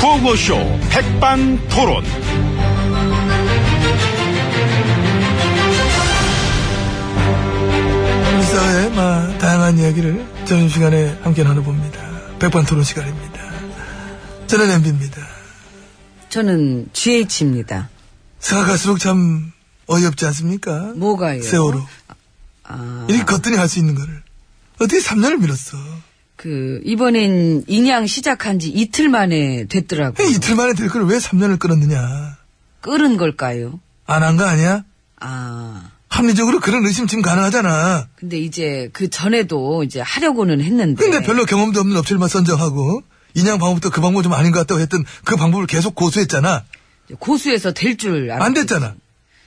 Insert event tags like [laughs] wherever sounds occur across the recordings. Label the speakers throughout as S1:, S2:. S1: 구호쇼 백반 토론.
S2: 우리 사회의 마- 다양한 이야기를 점심시간에 함께 나눠봅니다. 백반토론 시간입니다. 저는 엠비입니다.
S3: 저는 GH입니다.
S2: 생각할수록 참 어이없지 않습니까?
S3: 뭐가요?
S2: 세월호.
S3: 아,
S2: 이렇게 거뜬히 할 수 있는 거를. 어떻게 3년을 미뤘어?
S3: 그, 이번엔 인양 시작한 지 이틀 만에 됐더라고요.
S2: 네, 이틀 만에 될 걸 왜 3년을 끌었느냐?
S3: 끓은 걸까요?
S2: 안 한 거 아니야?
S3: 아,
S2: 합리적으로 그런 의심 지금 가능하잖아.
S3: 근데 이제 그 전에도 이제 하려고는 했는데.
S2: 근데 별로 경험도 없는 업체를만 선정하고, 인양 방법도 그 방법 좀 아닌 것 같다고 했던 그 방법을 계속 고수했잖아.
S3: 고수에서 될 줄 알았
S2: 안 됐잖아.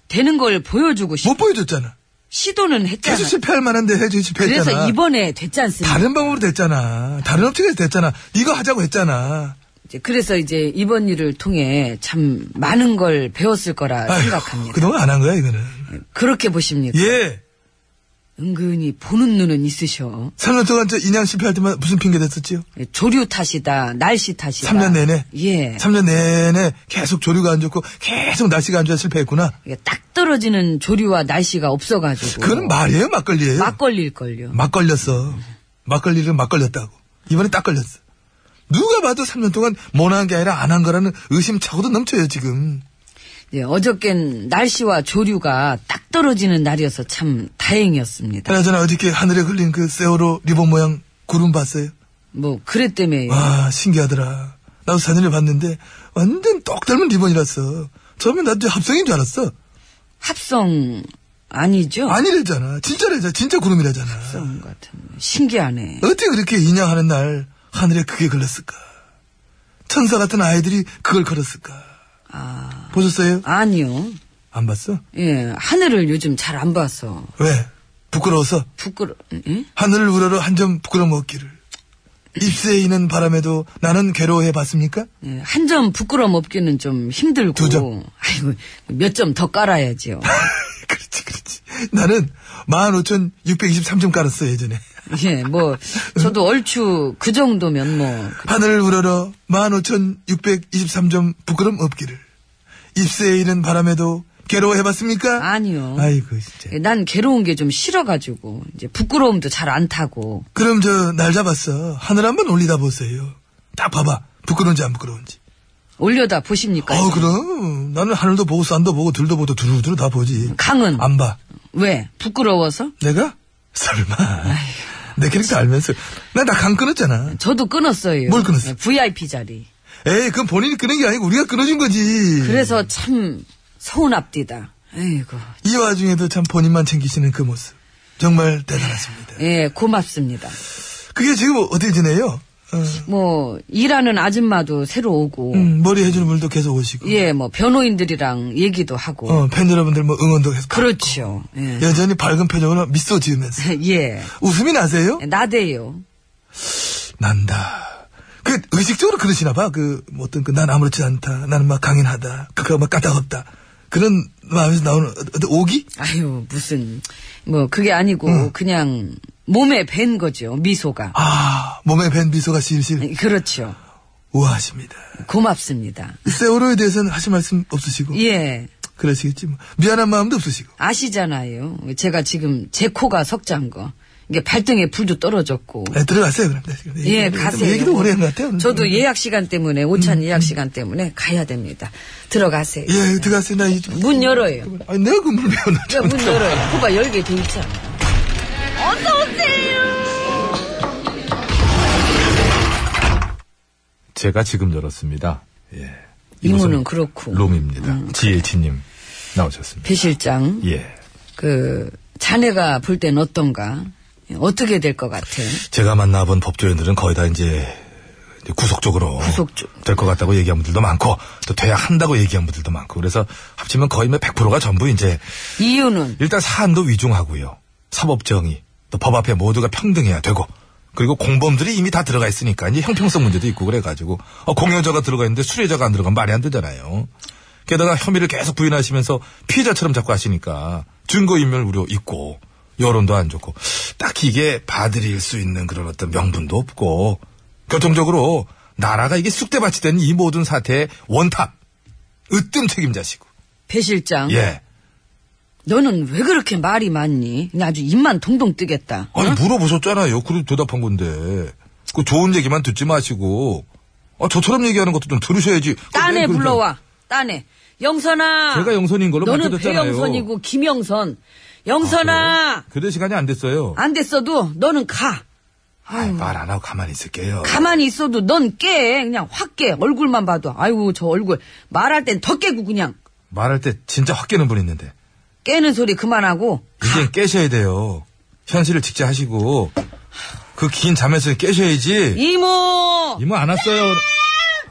S3: 되는 걸 보여주고 싶,
S2: 못 보여줬잖아.
S3: 시도는 했잖아.
S2: 계속 실패할 만한데 해주 실패했잖아.
S3: 그래서 이번에 됐지 않습니까?
S2: 다른 방법으로 됐잖아. 다른 업체에서 됐잖아. 이거 하자고 했잖아.
S3: 이제 그래서 이제 이번 일을 통해 참 많은 걸 배웠을 거라
S2: 아이고,
S3: 생각합니다. 그렇죠.
S2: 그동안 안 한 거야, 이거는.
S3: 그렇게 보십니까?
S2: 예.
S3: 은근히 보는 눈은 있으셔.
S2: 3년 동안 저 인양 실패할 때만 무슨 핑계 댔었지요?
S3: 예, 조류 탓이다, 날씨 탓이다.
S2: 3년 내내.
S3: 예.
S2: 3년 내내 계속 조류가 안 좋고 계속 날씨가 안 좋아 실패했구나.
S3: 이게 딱 떨어지는 조류와 날씨가 없어가지고.
S2: 그건 말이에요, 막걸리예요.
S3: 막 걸릴걸요.
S2: 막 걸렸어. 막 걸리를 막 걸렸다고. 이번에 딱 걸렸어. 누가 봐도 3년 동안 못한 게 아니라 안 한 거라는 의심차고도 넘쳐요, 지금.
S3: 예, 어저껜 날씨와 조류가 딱 떨어지는 날이어서 참 다행이었습니다.
S2: 그나저나 어저께 하늘에 흘린 그 세월호 리본 모양 구름 봤어요?
S3: 뭐, 그랬다며.
S2: 와 신기하더라. 나도 사진을 봤는데 완전 똑 닮은 리본이라서 처음에 나도 합성인 줄 알았어.
S3: 합성, 아니죠?
S2: 아니랬잖아. 진짜래잖아. 진짜 구름이라잖아.
S3: 합성 같은. 신기하네.
S2: 어떻게 그렇게 인양하는 날 하늘에 그게 걸렸을까? 천사 같은 아이들이 그걸 걸었을까?
S3: 아.
S2: 보셨어요?
S3: 아니요.
S2: 안 봤어?
S3: 예, 하늘을 요즘 잘 안 봐서.
S2: 왜? 부끄러워서
S3: 부끄러, 예?
S2: 하늘을 우러러 한 점 부끄러움 없기를. 입새에 이는 바람에도 나는 괴로워해 봤습니까?
S3: 예, 한 점 부끄럼 없기는 좀 힘들고.
S2: 두 점.
S3: 아이고, 몇 점 더 깔아야지요.
S2: [laughs] 그렇지, 그렇지. 나는 15,623점 깔았어, 예전에.
S3: 예, 뭐, 저도 얼추 그 정도면 뭐,
S2: 하늘을 우러러 15,623점 부끄럼 없기를. 입새에 이는 바람에도 괴로워해봤습니까?
S3: 아니요.
S2: 아이고, 진짜.
S3: 예, 난 괴로운 게 좀 싫어가지고, 이제 부끄러움도 잘 안 타고,
S2: 그럼 저, 날 잡았어. 하늘 한번 올리다 보세요. 딱 봐봐. 부끄러운지 안 부끄러운지.
S3: 올려다 보십니까?
S2: 어, 그럼. 나는 하늘도 보고, 산도 보고, 들도 보고, 두루두루 다 보지.
S3: 강은?
S2: 안 봐.
S3: 왜? 부끄러워서?
S2: 내가? 설마. 내 캐릭터 알면서. 나 나 강 끊었잖아.
S3: 저도 끊었어요.
S2: 뭘 끊었어?
S3: VIP 자리.
S2: 에이, 그건 본인이 끊은 게 아니고 우리가 끊어준 거지.
S3: 그래서 참, 서운합디다. 아이고.
S2: 이 와중에도 참 본인만 챙기시는 그 모습. 정말 대단하십니다.
S3: 예, 고맙습니다.
S2: 그게 지금 어떻게 지내요? 어,
S3: 뭐, 일하는 아줌마도 새로 오고,
S2: 음, 머리 해주는 분도 계속 오시고.
S3: 예, 뭐, 변호인들이랑 얘기도 하고.
S2: 어, 팬 여러분들 뭐 응원도 계속.
S3: 그렇죠.
S2: 하고.
S3: 예.
S2: 여전히 밝은 표정으로 미소 지으면서.
S3: [laughs] 예.
S2: 웃음이 나세요?
S3: 나대요.
S2: 난다. 그, 의식적으로 그러시나 봐. 그, 뭐 어떤 그, 난 아무렇지 않다. 나는 막 강인하다. 그거 막 까딱없다. 그런 마음에서 나오는 어- 어떤 오기?
S3: 아유, 무슨, 뭐, 그게 아니고, 그냥, 몸에 밴 거죠, 미소가.
S2: 아, 몸에 밴 미소가 실실
S3: 그렇죠.
S2: 우아하십니다.
S3: 고맙습니다.
S2: 세월호에 대해서는 하실 말씀 없으시고.
S3: 예,
S2: 그러시겠지 뭐. 미안한 마음도 없으시고.
S3: 아시잖아요. 제가 지금 제 코가 석자인 거. 이게 발등에 불도 떨어졌고.
S2: 네, 들어가세요, 그럼. 네, 지금
S3: 예,
S2: 얘기도-
S3: 가세요.
S2: 얘기도 오래 한 것 같아요. 음. 오늘.
S3: 저도 예약 시간 때문에, 오찬 예약 시간 때문에 가야 됩니다. 들어가세요.
S2: 예, 들어가세요. 나 이제
S3: 문 열어요.
S2: 아니, 내가 그 문을 배웠나?
S3: 야, 문 열어요. 코가 열게 돼 있잖아.
S1: 제가 지금 열었습니다. 예.
S3: 이모는 그렇고.
S2: 예.
S3: 뭐. 음,
S1: 롬입니다. 지혜진님.
S2: 나오셨습니다.
S3: 배 실장
S2: 예.
S3: 그 자네가 볼 땐 어떤가? 어떻게 될 것 같아?
S2: 제가 만나본 법조인들은 거의 다 이제 이제 구속적으로
S3: 구속적.
S2: 될 것 같다고 얘기한 분들도 많고 또 돼야 한다고 얘기한 분들도 많고 그래서 합치면 거의 뭐 100%가 전부 이제
S3: 이유는
S2: 일단 사안도 위중하고요. 사법 정의, 또 법 앞에 모두가 평등해야 되고, 그리고 공범들이 이미 다 들어가 있으니까 이제 형평성 문제도 있고 그래가지고 어, 공여자가 들어가 있는데 수뢰자가 안 들어가면 말이 안 되잖아요. 게다가 혐의를 계속 부인하시면서 피해자처럼 자꾸 하시니까 증거인멸 우려 있고 여론도 안 좋고 딱히 이게 봐드릴 수 있는 그런 어떤 명분도 없고 교통적으로 나라가 이게 쑥대밭이 된 이 모든 사태의 원탑 으뜸 책임자시고
S3: 배 실장
S2: 예
S3: 너는 왜 그렇게 말이 많니? 나 아주 입만 동동 뜨겠다.
S2: 아니 물어보셨잖아요. 그래도 대답한 건데. 그 좋은 얘기만 듣지 마시고 아, 저처럼 얘기하는 것도 좀 들으셔야지.
S3: 딴애
S2: 그, 그,
S3: 불러와. 딴애. 영선아.
S2: 제가 영선인 걸로
S3: 너는
S2: 밝혀졌잖아요.
S3: 배영선이고 김영선. 영선아.
S2: 교대 시간이 안 됐어요.
S3: 안 됐어도 너는 가.
S2: 말 안 하고 가만히 있을게요.
S3: 가만히 있어도 넌 깨. 그냥 확 깨. 얼굴만 봐도. 아이고 저 얼굴. 말할 땐 더 깨고 그냥.
S2: 말할 때 진짜 확 깨는 분 있는데
S3: 깨는 소리 그만하고.
S2: 이제 깨셔야 돼요. 현실을 직시하시고 그 긴 잠에서 깨셔야지.
S3: 이모.
S2: 이모 안 왔어요.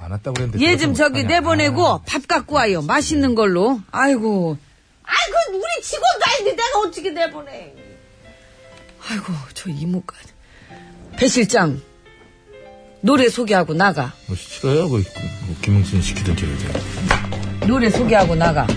S2: 안 왔다고 그랬는데.
S3: 얘 좀 예, 저기
S2: 어떡하냐.
S3: 내보내고 밥 갖고 와요. 맛있는 걸로. 아이고.
S4: 아이, 그, 우리 직원도 아닌데 내가 어떻게 내보내.
S3: 아이고 저 이모까지. 배 실장. 노래 소개하고 나가.
S2: 뭐 싫어요. 그, 그, 그 김영순 시키던 게 이제.
S3: 노래 소개하고 나가.
S2: [laughs]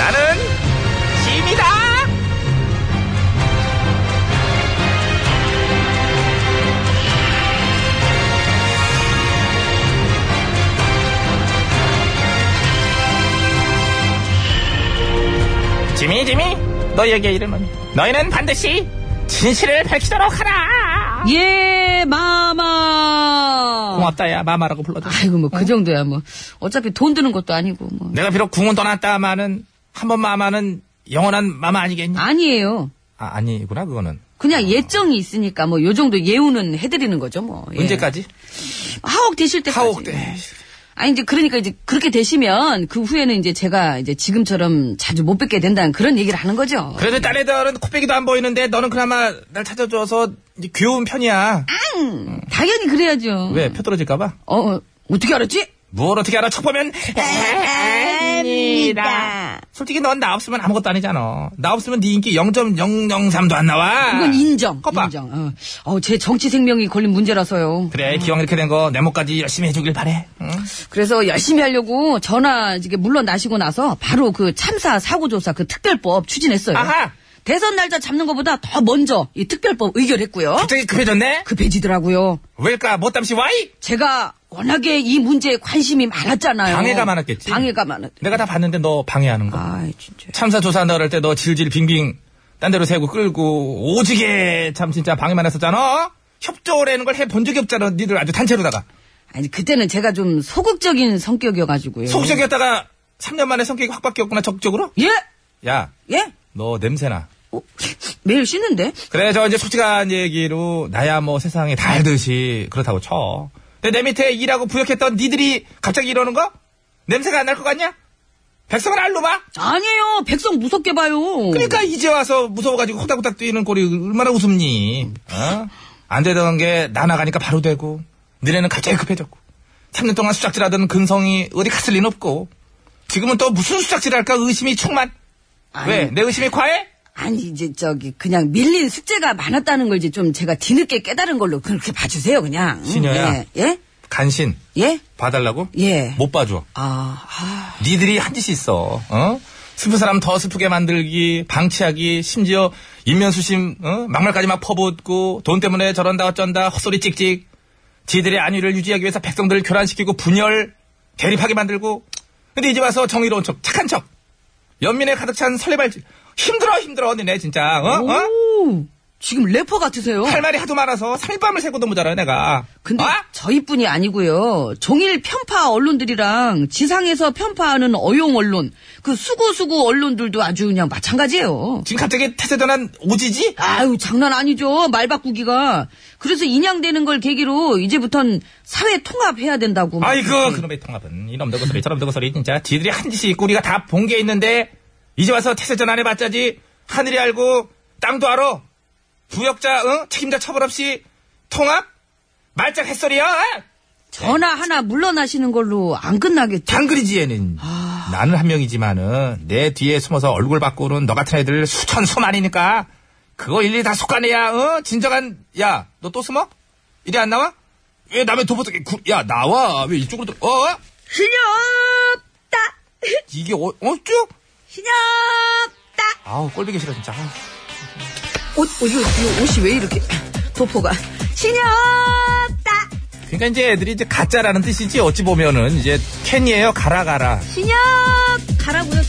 S1: 나는 짐이다. 짐이 짐이 너희에게 이름은 너희는 반드시 진실을 밝히도록 하라.
S3: 예, 마마.
S1: 고맙다야 마마라고 불러줘.
S3: 아이고 뭐 그
S2: 어?
S3: 정도야 뭐 어차피 돈 드는 것도 아니고 뭐
S1: 내가 비록 궁은 떠났다마는 한 번 마마는 영원한 마마 아니겠니?
S3: 아니에요.
S1: 아, 아니구나 그거는.
S3: 그냥 예정이 있으니까 뭐 요 정도 예우는 해드리는 거죠 뭐. 예.
S1: 언제까지?
S3: 하옥 되실 때까지. 예.
S1: 하옥 때.
S3: 아니 이제 그러니까 이제 그렇게 되시면 그 후에는 이제 제가 이제 지금처럼 자주 못 뵙게 된다는 그런 얘기를 하는 거죠.
S1: 그래도 딸 애들은 코빼기도 안 보이는데 너는 그나마 날 찾아줘서 이제 귀여운 편이야.
S3: 당연히 그래야죠.
S1: 왜? 표 떨어질까봐?
S3: 어, 어 어떻게 알았지?
S1: 뭘 어떻게 알아? 척 보면
S4: 아닙니다.
S1: 솔직히 넌 나 없으면 아무것도 아니잖아. 나 없으면 네 인기 0.003도 안 나와.
S3: 아, 이건 인정.
S1: 거봐.
S3: 인정. 어. 어, 제 정치 생명이 걸린 문제라서요.
S1: 그래 기왕 이렇게 된 거 내 몫까지 열심히 해주길 바래. 응?
S3: 그래서 열심히 하려고 전화 이게 물러나시고 나서 바로 그 참사 사고 조사 그 특별법 추진했어요.
S1: 아하.
S3: 대선 날짜 잡는 것보다 더 먼저 이 특별법 의결했고요.
S1: 갑자기 급해졌네?
S3: 급해지더라고요.
S1: 왜일까? 못담시 와이?
S3: 제가 워낙에 이 문제에 관심이 많았잖아요.
S1: 방해가 많았겠지. 네.
S3: 방해가 많았.
S1: 내가 다 봤는데 너 방해하는 거.
S3: 아, 진짜.
S1: 참사 조사한다 그럴 때 너 질질 빙빙 딴 데로 세고 끌고 오지게 참 진짜 방해만 했었잖아 어? 협조라는 걸 해 본 적이 없잖아 니들 아주 단체로다가
S3: 아니 그때는 제가 좀 소극적인 성격이어가지고요.
S1: 속적이었다가 3년 만에 성격이 확 바뀌었구나 적극적으로
S3: 예,
S1: 야 너
S3: 예.
S1: 냄새나
S3: 어? 매일 씻는데?
S2: 그래, 저 이제 솔직한 얘기로 나야 뭐 세상에 다 알듯이 그렇다고 쳐. 근데 내 밑에 일하고 부역했던 니들이 갑자기 이러는 거? 냄새가 안 날 것 같냐? 백성을 알로 봐?
S3: 아니에요. 백성 무섭게 봐요.
S2: 그러니까 이제 와서 무서워가지고 호닥호닥 뛰는 꼴이 얼마나 웃음니. 어? 안 되던 게 나 나가니까 바로 되고 너네는 갑자기 급해졌고 3년 동안 수작질하던 근성이 어디 갔을 리는 없고 지금은 또 무슨 수작질할까 의심이 충만.
S3: 아니,
S2: 왜? 내 의심이 과해?
S3: 아니 이제 저기 그냥 밀린 숙제가 많았다는 걸 이제 좀 제가 뒤늦게 깨달은 걸로 그렇게 봐주세요 그냥. 응,
S2: 신여야. 뭐?
S3: 예? 예?
S2: 간신
S3: 예?
S2: 봐달라고?
S3: 예.
S2: 못 봐줘.
S3: 아, 아,
S2: 니들이 한 짓이 있어. 어? 슬픈 사람 더 슬프게 만들기, 방치하기, 심지어 인면수심, 어? 막말까지 막 퍼붓고, 돈 때문에 저런다 어쩐다, 헛소리 찍찍. 지들의 안위를 유지하기 위해서 백성들을 교란시키고 분열, 대립하게 만들고. 근데 이제 와서 정의로운 척, 착한 척. 연민에 가득 찬 설레발질. 힘들어, 힘들어, 니네 진짜. 어? 어?
S3: 오, 지금 래퍼 같으세요.
S2: 할 말이 하도 많아서 3일밤을 새고도 모자라, 내가.
S3: 근데
S2: 어?
S3: 저희뿐이 아니고요. 종일 편파 언론들이랑 지상에서 편파하는 어용 언론, 그 수구수구 언론들도 아주 그냥 마찬가지예요.
S2: 지금 갑자기 태세전환 오지지?
S3: 아유 장난 아니죠 말 바꾸기가 그래서 인양되는 걸 계기로 이제부턴 사회 통합해야 된다고 막
S2: 아이고,
S3: 음, 그렇게.
S2: 그놈의 통합은. 이놈 너구 소리, 저놈 너구 소리, 진짜. 지들이 한 짓이 있고 우리가 다 본 게 있는데, 이제 와서 태세전 안 해봤자지. 하늘이 알고, 땅도 알아. 부역자, 응? 책임자 처벌 없이, 통합? 말짝 햇소리야! 아!
S3: 전화 하나 물러나시는 걸로 안 끝나겠죠
S2: 장그리지, 얘는.
S3: 아.
S2: 나는 한 명이지만은, 내 뒤에 숨어서 얼굴 바꾸는 너 같은 애들 수천, 수만이니까, 그거 일일이 다 속간해야, 어? 진정한, 야, 너 또 숨어? 이리 안 나와? 왜 남의 도보석에, 구- 야, 나와. 왜 이쪽으로, 또- 어? 어?
S3: 신협다
S2: 이게, 어, 어, 쭉?
S3: 신협다
S2: 아우 꼴보기 싫어 진짜 아우.
S3: 옷, 어, 이거, 이거 옷이 왜 이렇게 도포가 신협다
S2: 그러니까 이제 애들이 이제 가짜라는 뜻이지 어찌 보면은 이제 캔이에요 가라 가라
S3: 신협 가라고요